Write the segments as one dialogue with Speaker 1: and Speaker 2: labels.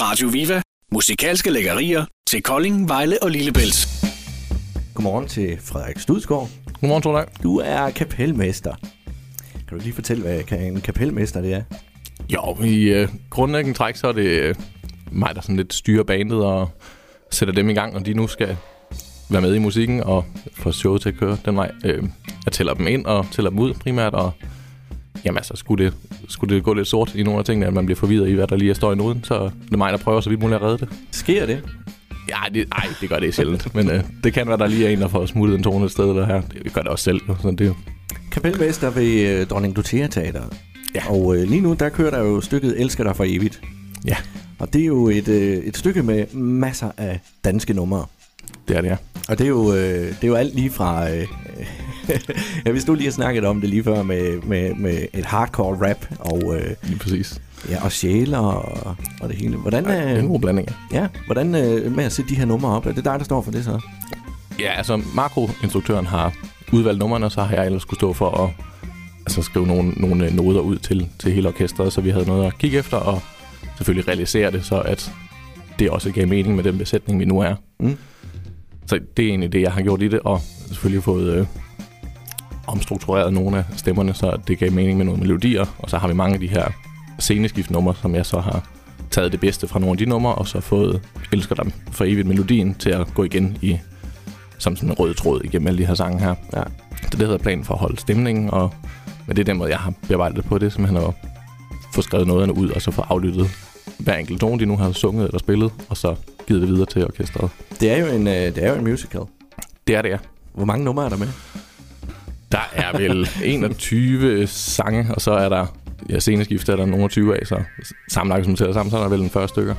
Speaker 1: Radio Viva. Musikalske lækkerier til Kolding, Vejle og Lillebælt.
Speaker 2: Godmorgen til Frederik Studsgaard.
Speaker 3: Godmorgen, Torlak.
Speaker 2: Du er kapelmester. Kan du ikke lige fortælle, hvad ka- en kapelmester det er?
Speaker 3: Jo, i øh, grundlæggende træk, så er det øh, mig, der sådan lidt styrer bandet og sætter dem i gang, og de nu skal være med i musikken og få showet til at køre den vej. Øh, jeg tæller dem ind og tæller dem ud primært, og jamen altså, skulle det, skulle det gå lidt sort i nogle af tingene, at man bliver forvirret i, hvad der lige er står i noden, så det er mig, der prøver så vidt muligt at redde det.
Speaker 2: Sker det?
Speaker 3: Ja, det, ej, det gør det sjældent, men øh, det kan være, der lige er en, der får smuttet en tone et sted eller her. Det vi gør det også selv, jo, så det,
Speaker 2: Kapelmester ved øh, Dronning Luthea Teateret.
Speaker 3: Ja.
Speaker 2: Og øh, lige nu, der kører der jo stykket Elsker dig for evigt.
Speaker 3: ja,
Speaker 2: Og det er jo et, øh, et stykke med masser af danske numre.
Speaker 3: det er det, ja.
Speaker 2: Og det er jo, øh, det er jo alt lige fra... Øh, ja, vi stod lige og snakkede om det lige før med, med, med et hardcore rap og, øh,
Speaker 3: Lige præcis.
Speaker 2: ja, og sjæler og, og det hele. Hvordan,
Speaker 3: Det er en
Speaker 2: øh,
Speaker 3: god blanding, ja.
Speaker 2: ja, hvordan øh, med at sætte de her numre op? Er det dig, der står for det så?
Speaker 3: Ja, altså makroinstruktøren har udvalgt numrene, og så har jeg ellers skulle stå for at altså, skrive nogle, nogle øh, noder ud til, til hele orkestret, så vi havde noget at kigge efter, og selvfølgelig realisere det, så at det også gav mening med den besætning, vi nu er.
Speaker 2: Mm.
Speaker 3: Så det er egentlig det, jeg har gjort i det, og selvfølgelig fået øh, omstruktureret nogle af stemmerne, så det gav mening med nogle melodier, og så har vi mange af de her sceneskiftnumre, som jeg så har taget det bedste fra nogle af de numre, og så fået Elsker dem for evigt melodien til at gå igen i som sådan en rød tråd igennem alle de her sange her.
Speaker 2: Ja.
Speaker 3: Så det hedder planen for at holde stemningen, og men det er den måde, jeg har bearbejdet på det, simpelthen at få skrevet noderne ud, og så få aflyttet hver enkelt tone, de nu har sunget eller spillet, og så givet det videre til orkestret.
Speaker 2: Det er jo en, øh, det er jo en musical.
Speaker 3: Det er det, ja.
Speaker 2: Hvor mange numre er der med?
Speaker 3: Der er vel 21 sange, og så er der ja, sceneskift er der nogle af 20 af, så sammenlagt som tæller sammen, så er der vel en 40 stykker.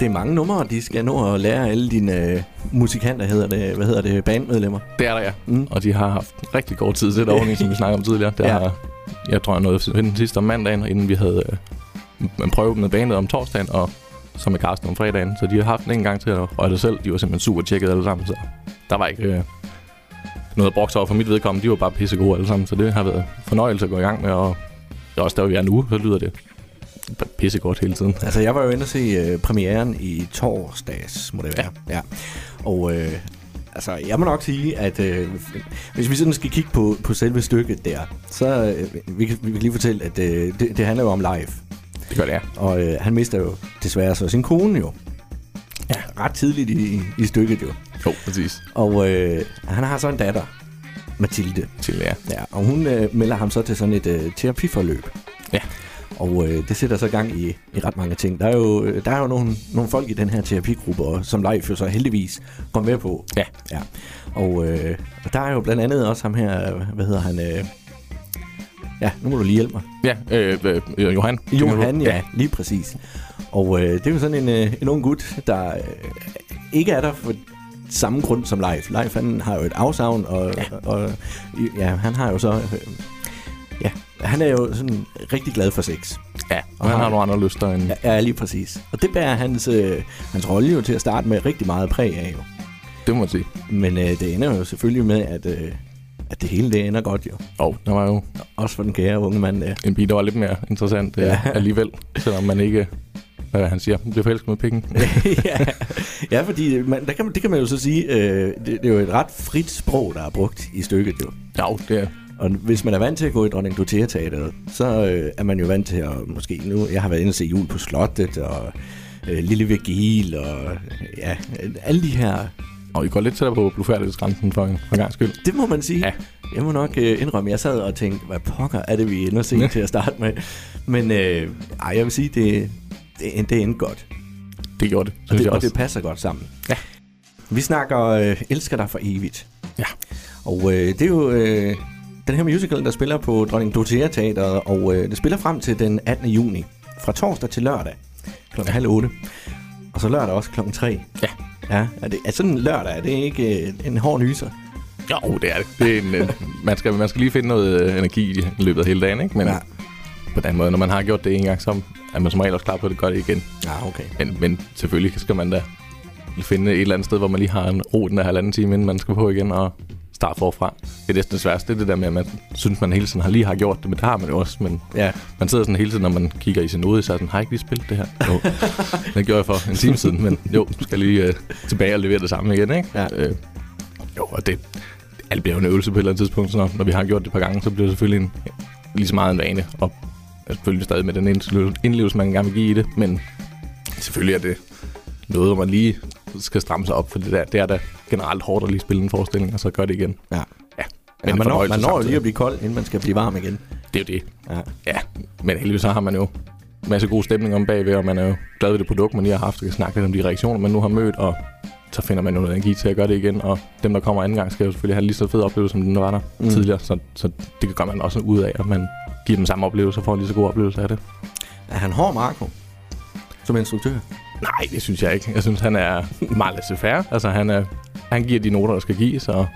Speaker 2: Det er mange numre, og de skal nå at lære alle dine øh, musikanter, hedder det, hvad hedder det, bandmedlemmer.
Speaker 3: Det er der, ja.
Speaker 2: Mm.
Speaker 3: Og de har haft rigtig kort tid til det oveni, som vi snakkede om tidligere. Det
Speaker 2: Ja.
Speaker 3: ja. har, jeg tror, jeg nåede den sidste om mandagen, inden vi havde øh, en prøve med bandet om torsdagen, og så med Carsten om fredagen. Så de har haft den en gang til at røge det selv. De var simpelthen super tjekket alle sammen, så der var ikke øh, noget at brokse over for mit vedkommende. De var bare pissegode alle sammen, så det har været fornøjelse at gå i gang med. Og det er også der, hvor vi er nu, så lyder det pissegodt hele tiden.
Speaker 2: Altså, jeg var jo inde og se øh, premieren i torsdags, må det være. Ja. ja. Og øh, altså, jeg må nok sige, at øh, hvis vi sådan skal kigge på, på selve stykket der, så øh, vi, kan, vi kan lige fortælle, at øh, det, det handler jo om live.
Speaker 3: Det gør det, ja.
Speaker 2: Og øh, han mister jo desværre så sin kone jo. Ja. Ret tidligt i, i stykket jo.
Speaker 3: Jo, præcis.
Speaker 2: Og øh, han har så en datter, Mathilde.
Speaker 3: Til, ja.
Speaker 2: Ja, og hun øh, melder ham så til sådan et øh, terapiforløb.
Speaker 3: Ja.
Speaker 2: Og øh, det sætter så gang i, i ret mange ting. Der er jo, øh, der er jo nogle, nogle folk i den her terapigruppe, og, som Leif jo så heldigvis går med på.
Speaker 3: Ja.
Speaker 2: ja. Og, øh, og der er jo blandt andet også ham her, øh, hvad hedder han? Øh, ja, nu må du lige hjælpe mig.
Speaker 3: Ja, øh, øh, Johan.
Speaker 2: Johan, ja, ja, lige præcis. Og øh, det er jo sådan en, øh, en ung gut, der øh, ikke er der for samme grund som Leif. Leif, han har jo et afsavn, og ja, og, øh, ja han har jo så... Øh, ja, han er jo sådan rigtig glad for sex.
Speaker 3: Ja, og han har nogle andre lyster end...
Speaker 2: Ja, lige præcis. Og det bærer hans, øh, hans rolle jo til at starte med rigtig meget præg af jo.
Speaker 3: Det må man sige.
Speaker 2: Men øh, det ender jo selvfølgelig med, at, øh, at det hele det ender godt jo.
Speaker 3: Og der var jo
Speaker 2: Også for den kære unge mand der.
Speaker 3: en pige, der var lidt mere interessant ja.
Speaker 2: Ja.
Speaker 3: øh, alligevel, selvom man ikke, hvad er det, han siger, bliver forelsket med pikken.
Speaker 2: ja. ja, fordi man, der kan, man- det kan man jo så sige, øh, det, det er jo et ret frit sprog, der er brugt i stykket jo.
Speaker 3: Ja, det er
Speaker 2: Og hvis man er vant til at gå i Dronning Dorothea Teateret, så øh, er man jo vant til at måske nu, jeg har været inde og se jul på slottet, og øh, Lille Virgil, og øh, ja, øh, alle de her,
Speaker 3: Og I går lidt tættere på blufærdighedsgrænsen for en, for en gang skyld.
Speaker 2: det må man sige.
Speaker 3: Ja.
Speaker 2: Jeg må nok øh, indrømme, jeg sad og tænkte, hvad pokker er det, vi ender se til at starte med. Men øh, ej, jeg vil sige, det, det, det endte godt.
Speaker 3: Det gjorde det,
Speaker 2: Og
Speaker 3: synes
Speaker 2: det,
Speaker 3: jeg
Speaker 2: og
Speaker 3: også.
Speaker 2: det passer godt sammen.
Speaker 3: Ja.
Speaker 2: Vi snakker øh, Elsker dig for evigt.
Speaker 3: Ja.
Speaker 2: Og øh, det er jo øh, den her musical, der spiller på Dronning Dorothea Teateret, og øh, det spiller frem til den 18. juni. Fra torsdag til lørdag kl. Ja. halv otte. Og så lørdag også klokken 3.
Speaker 3: Ja.
Speaker 2: Ja, er, det, er sådan en lørdag, er det ikke øh, en hård nyser?
Speaker 3: Jo, det er det. det er en, øh, man, skal, man skal lige finde noget øh, energi i løbet af hele dagen, ikke? Men
Speaker 2: Ja.
Speaker 3: ja. på den måde, når man har gjort det en gang, så er man som regel også klar på, at det gør det igen.
Speaker 2: Ja, okay.
Speaker 3: Men, men selvfølgelig skal man da finde et eller andet sted, hvor man lige har en ro den der halvanden time, inden man skal på igen, og starte forfra. Det er næsten det sværeste, det er det der med, at man synes, man hele tiden har lige har gjort det, men det har man jo også, men
Speaker 2: Ja.
Speaker 3: man sidder sådan hele tiden, når man kigger i sin ude, så er sådan, har jeg ikke lige spillet det her? Jo, det gjorde jeg for en time siden, men jo, du skal jeg lige øh, tilbage og levere det samme igen, ikke?
Speaker 2: Ja.
Speaker 3: Øh, jo, og det alt bliver jo en øvelse på et eller andet tidspunkt, så når, når vi har gjort det et par gange, så bliver det selvfølgelig en, lige så meget en vane, og er selvfølgelig stadig med den indlevelse- indlevelse, man gerne vil give i det, men selvfølgelig er det noget, hvor man lige skal stramme sig op, for det, der, det er da generelt hårdt at lige spille en forestilling, og så gør det igen.
Speaker 2: Ja.
Speaker 3: ja. Men
Speaker 2: ja man, når, man når jo lige
Speaker 3: lige
Speaker 2: at blive kold, inden man skal blive varm igen.
Speaker 3: Det er jo det.
Speaker 2: Ja.
Speaker 3: Ja, men heldigvis så har man jo en masse god stemning om bagved, og man er jo glad ved det produkt, man lige har haft, og kan snakke lidt om de reaktioner, man nu har mødt, og så finder man jo noget energi til at gøre det igen, og dem, der kommer anden gang, skal jo selvfølgelig have en lige så fed oplevelse, som den der var der
Speaker 2: Mm.
Speaker 3: mm. tidligere, så, så det kan gøre man også ud af, at man giver dem samme oplevelse og får en lige så god oplevelse af det.
Speaker 2: Er han hård, Marco? Som instruktør?
Speaker 3: Nej, det synes jeg ikke. Jeg synes, han er meget laissez-faire. Altså, han, er, han giver de noter, der skal gives, og,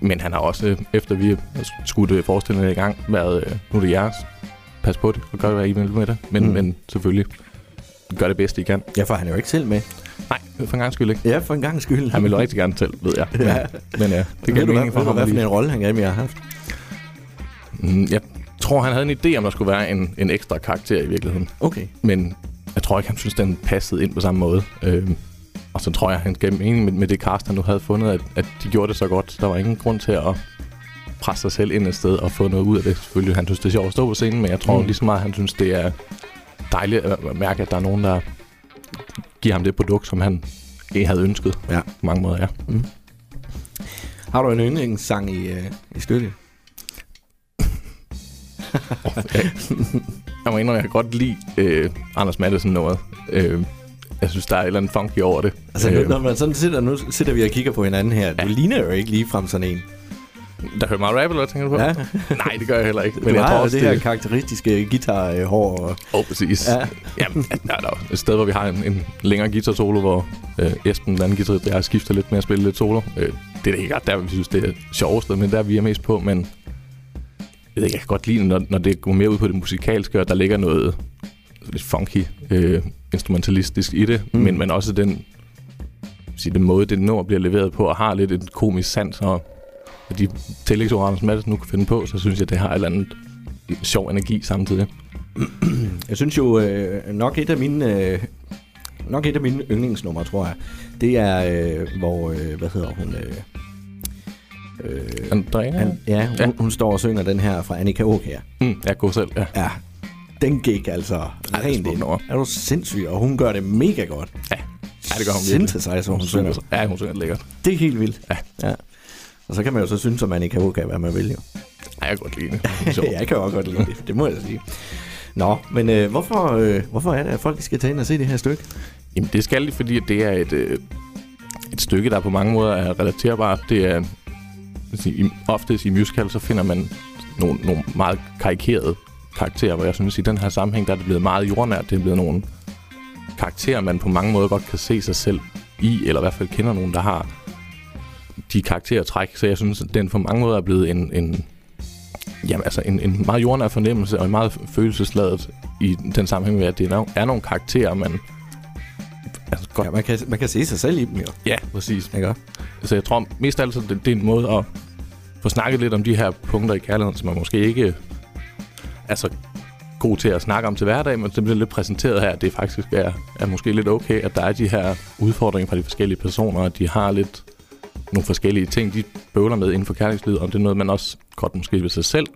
Speaker 3: men han har også, øh, efter vi har skudt øh, forestillingen i gang, været, øh, nu er det jeres, pas på det, og gør, hvad I vil med det. Men,
Speaker 2: Mm.
Speaker 3: mm. men selvfølgelig, gør det bedste, I kan.
Speaker 2: Ja, for han er jo ikke selv med.
Speaker 3: Nej, for en gang skyld ikke.
Speaker 2: Ja, for en gang skyld.
Speaker 3: Han vil jo rigtig gerne selv, ved jeg. Men,
Speaker 2: Ja.
Speaker 3: men ja, det
Speaker 2: ved
Speaker 3: kan
Speaker 2: du, hvad,
Speaker 3: mening for
Speaker 2: ved du,
Speaker 3: ham.
Speaker 2: hvad for
Speaker 3: fordi-
Speaker 2: en rolle han gerne har haft?
Speaker 3: Mm, Jeg tror, han havde en idé, om der skulle være en, en ekstra karakter i virkeligheden.
Speaker 2: Okay.
Speaker 3: men jeg tror ikke, han synes, den passede ind på samme måde. Øhm, og så tror jeg, han gav mening med, med det cast, han nu havde fundet, at, at de gjorde det så godt. Der var ingen grund til at presse sig selv ind et sted og få noget ud af det. Selvfølgelig, han synes, det er sjovt at stå på scenen, men jeg tror
Speaker 2: Mm.
Speaker 3: mm. lige så meget, han synes, det er dejligt at at mærke, at der er nogen, der giver ham det produkt, som han ikke havde ønsket
Speaker 2: Ja.
Speaker 3: på mange måder, ja.
Speaker 2: Har du en yndlingssang i, øh, i stykket?
Speaker 3: Jeg må indrømme, jeg kan godt lide øh, Anders Maddelsen noget. Øh, jeg synes, der er et eller andet funky over det.
Speaker 2: Altså,
Speaker 3: Øh,
Speaker 2: øh. når man sådan sidder, nu sidder vi og kigger på hinanden her. Du ligner jo ikke ligefrem sådan en.
Speaker 3: der hører meget rap, eller hvad tænker du på?
Speaker 2: Ja.
Speaker 3: Nej, det gør jeg heller ikke.
Speaker 2: Men du
Speaker 3: jeg
Speaker 2: har jo det her karakteristiske guitarhår. Og...
Speaker 3: Åh, oh, præcis.
Speaker 2: Ja.
Speaker 3: Ja. Jamen, ja, der er der jo et sted, hvor vi har en, en længere guitar solo, hvor øh, Esben, den anden guitar, der skifter lidt med at spille lidt solo. Øh, det er da ikke ret der, vi synes, det er sjovest, men der vi er mest på, men jeg, ved, ikke, jeg kan godt lide, når, når det går mere ud på det musikalske, og der ligger noget lidt funky øh, instrumentalistisk i det,
Speaker 2: Mm.
Speaker 3: mm. men, men også den, sige, den måde, det nummer bliver leveret på, og har lidt en komisk sans, og og de tillægsord, Anders Madsen nu kan finde på, så synes jeg, det har et eller andet sjov energi samtidig.
Speaker 2: Jeg synes jo, øh, nok et af mine... Øh, nok et af mine yndlingsnumre, tror jeg. Det er, øh, hvor... Øh, hvad hedder hun? Øh, øh,
Speaker 3: Andrea?
Speaker 2: han, ja, hun, ja,
Speaker 3: Ja.
Speaker 2: hun står og synger den her fra Annika Åk her.
Speaker 3: Mm, jeg går selv, ja.
Speaker 2: Ja, den gik altså
Speaker 3: er
Speaker 2: rent
Speaker 3: smukt
Speaker 2: ind.
Speaker 3: nummer.
Speaker 2: Er du sindssyg? Og hun gør det mega godt.
Speaker 3: Ja, ja det gør hun virkelig.
Speaker 2: Synthesizer, hun
Speaker 3: synger.
Speaker 2: synger.
Speaker 3: så- Ja, hun synger lækkert.
Speaker 2: Det er helt vildt.
Speaker 3: Ja.
Speaker 2: ja. Og så kan man jo så synes, at man ikke kan hvad man vil jo. Altså,
Speaker 3: Ja, jeg kan godt lide det. det. er sjovt.
Speaker 2: jeg kan jo også godt lide det, det må jeg da sige. Nå, men øh, hvorfor, øh, hvorfor er det, at folk skal tage ind og se det her stykke?
Speaker 3: Jamen, det skal de, fordi at det er et, øh, et stykke, der på mange måder er relaterbart. Det er, vil sige, i- oftest i musical, så finder man nogle, nogle meget karikerede karakterer, hvor jeg synes, i den her sammenhæng, der er det blevet meget jordnært. Det er blevet nogle karakterer, man på mange måder godt kan se sig selv i, eller i hvert fald kender nogen, der har de karaktertræk. Så jeg synes, at den på mange måder er blevet en, en, jamen, altså en, en meget jordnær fornemmelse, og en meget følelsesladet i den sammenhæng med, at det er, er nogle karakterer, man altså godt
Speaker 2: Ja, man, kan, man kan se sig selv i dem jo.
Speaker 3: Ja, præcis.
Speaker 2: Ikke?
Speaker 3: Så jeg tror mest af alt, så det, det er en måde at få snakket lidt om de her punkter i kærligheden, som man måske ikke er så god til at snakke om til hverdag, men det bliver lidt præsenteret her, at det faktisk er, er måske lidt okay, at der er de her udfordringer fra de forskellige personer, og de har lidt nogle forskellige ting, de bøvler med inden for kærlighedslivet, om det er noget, man også godt måske ved sig selv,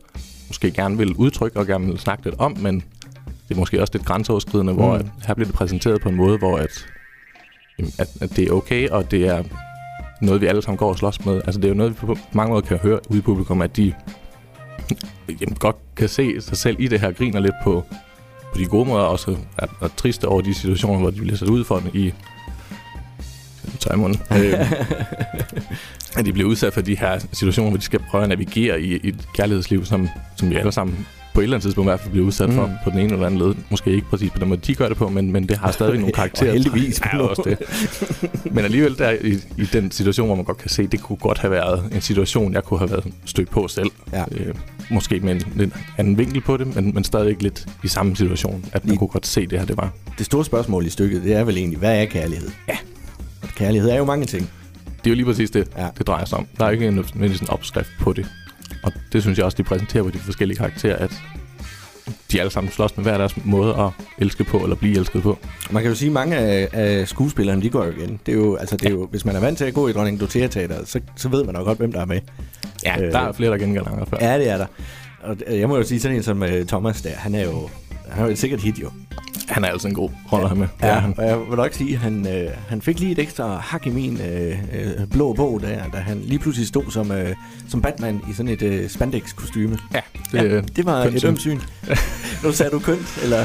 Speaker 3: måske gerne vil udtrykke og gerne vil snakke lidt om, men det er måske også lidt grænseoverskridende, mm. hvor
Speaker 2: Mm.
Speaker 3: at, her bliver det præsenteret på en måde, hvor at, jamen, at, at det er okay, og det er noget, vi alle sammen går og slås med. Altså, det er jo noget, vi på mange måder kan høre ude i publikum, at de jamen, godt kan se sig selv i det her, griner lidt på, på de gode måder, og også er, er triste over de situationer, hvor de bliver sat ud for den i tøjmunden. Øh, at de bliver udsat for de her situationer, hvor de skal prøve at navigere i, i et kærlighedsliv, som, som vi alle sammen på et eller andet tidspunkt i hvert fald bliver udsat mm. for
Speaker 2: Mm.
Speaker 3: på den ene eller anden led. Måske ikke præcis på den måde, de gør det på, men, men det har stadigvæk nogle karakterer.
Speaker 2: Og heldigvis.
Speaker 3: Ja, også det. Men alligevel der i, i den situation, hvor man godt kan se, det kunne godt have været en situation, jeg kunne have været stødt på selv.
Speaker 2: Ja.
Speaker 3: Øh, måske med en lidt anden vinkel på det, men, men stadigvæk lidt i samme situation, at man
Speaker 2: Lige-
Speaker 3: kunne godt se det her, det var.
Speaker 2: Det store spørgsmål i stykket, det er vel egentlig, hvad er kærlighed? Ja. Kærlighed er jo mange ting.
Speaker 3: det er jo lige præcis det,
Speaker 2: Ja.
Speaker 3: ja. det drejer sig om. Der er ikke en, nødvendigvis en opskrift på det. Og det synes jeg også, de præsenterer på de forskellige karakterer, at de alle sammen slås med hver deres måde at elske på, eller blive elsket på.
Speaker 2: Man kan jo sige, at mange af, af skuespillerne, de går jo igen. Det er jo, altså, det er jo, hvis man er vant til at gå i Dronning Dorothea Teateret, så, så ved man nok godt, hvem der er med.
Speaker 3: Ja,
Speaker 2: Øh.
Speaker 3: øh, der er flere, der gengælder andre før. Ja.
Speaker 2: Ja, det er der. Og øh, jeg må jo sige, sådan en som øh, Thomas der, han er jo han er jo et sikkert hit, jo.
Speaker 3: Han er altså en god rolle at have med. Det er han.
Speaker 2: og jeg vil nok sige, at han, øh, han fik lige et ekstra hak i min øh, øh, blå bog der, da han lige pludselig stod som, øh, som Batman i sådan et øh, spandex-kostyme.
Speaker 3: ja, det, ja,
Speaker 2: Det var
Speaker 3: Kønt
Speaker 2: et
Speaker 3: syn.
Speaker 2: ømt syn. nu sagde du kønt, eller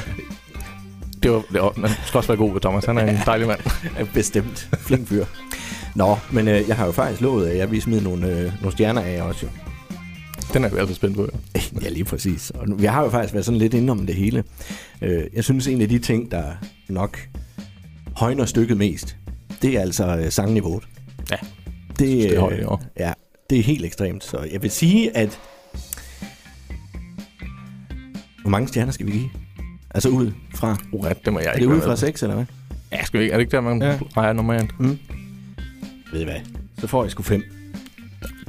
Speaker 3: det, var, det var, man skal også være god ved Thomas. Han er en dejlig mand.
Speaker 2: Øh, Bestemt. Flink fyr. Nå, men øh, jeg har jo faktisk lovet, at jeg vil smide nogle, øh, nogle stjerner af jer også. Jo.
Speaker 3: Den er vi altså spændt på. ja.
Speaker 2: Ja, lige præcis. Og nu- vi har jo faktisk været sådan lidt inde om det hele. Øh, jeg synes, en af de ting, der nok højner stykket mest, det er altså øh, sangniveauet.
Speaker 3: Ja.
Speaker 2: Det,
Speaker 3: det er
Speaker 2: øh,
Speaker 3: højt i år.
Speaker 2: Ja, det er helt ekstremt. Så jeg vil sige, at... Hvor mange stjerner skal vi give? Altså ud fra...
Speaker 3: Uha, det altså. må jeg
Speaker 2: Er
Speaker 3: ikke
Speaker 2: det
Speaker 3: være
Speaker 2: ud
Speaker 3: med
Speaker 2: fra
Speaker 3: på.
Speaker 2: 6, eller hvad?
Speaker 3: Ja, skal vi ikke? Er det ikke der, man
Speaker 2: Ja.
Speaker 3: ja. rejer normalt?
Speaker 2: Ved I hvad? Så får jeg sgu 5.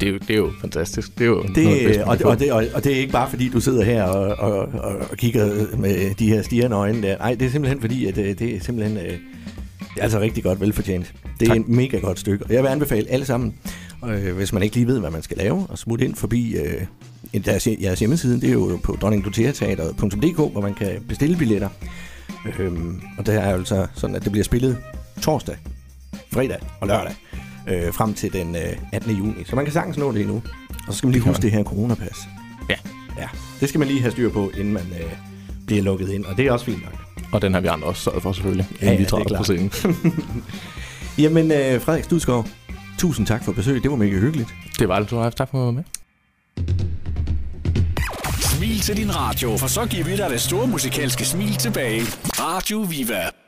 Speaker 3: Det er, jo, det er jo fantastisk. Det er jo noget af det,
Speaker 2: Det,
Speaker 3: bedste, man
Speaker 2: og,
Speaker 3: kan
Speaker 2: det,
Speaker 3: få.
Speaker 2: og, det, og, og det er ikke bare fordi, du sidder her og, og, og, og kigger med de her stigende øjne der. Nej, det er simpelthen fordi, at øh, det er simpelthen øh, det er altså rigtig godt velfortjent. Det er et mega godt stykke, og jeg vil anbefale alle sammen, øh, hvis man ikke lige ved, hvad man skal lave, at smutte ind forbi øh, en- deres, hje- jeres hjemmeside. Det er jo på dronningdoteateateret.dk, hvor man kan bestille billetter. Øhm, og det er jo altså sådan, at det bliver spillet torsdag, fredag og lørdag øh, frem til den øh, 18. juni. Så man kan sagtens nå det endnu. Og så skal man lige huske det her coronapas.
Speaker 3: Ja.
Speaker 2: Ja, det skal man lige have styr på, inden man øh, bliver lukket ind, og det er også fint nok.
Speaker 3: Og den har vi andre også sørget for, selvfølgelig. Ja,
Speaker 2: ja,
Speaker 3: inden vi
Speaker 2: det er
Speaker 3: træder op på
Speaker 2: klart.
Speaker 3: scenen.
Speaker 2: Jamen, øh, Frederik Studskov, tusind tak for besøget. Det var mega hyggeligt.
Speaker 3: det var alt, du har haft. Tak for at være med.
Speaker 1: Smil til din radio, for så giver vi dig det store musikalske smil tilbage. Radio Viva.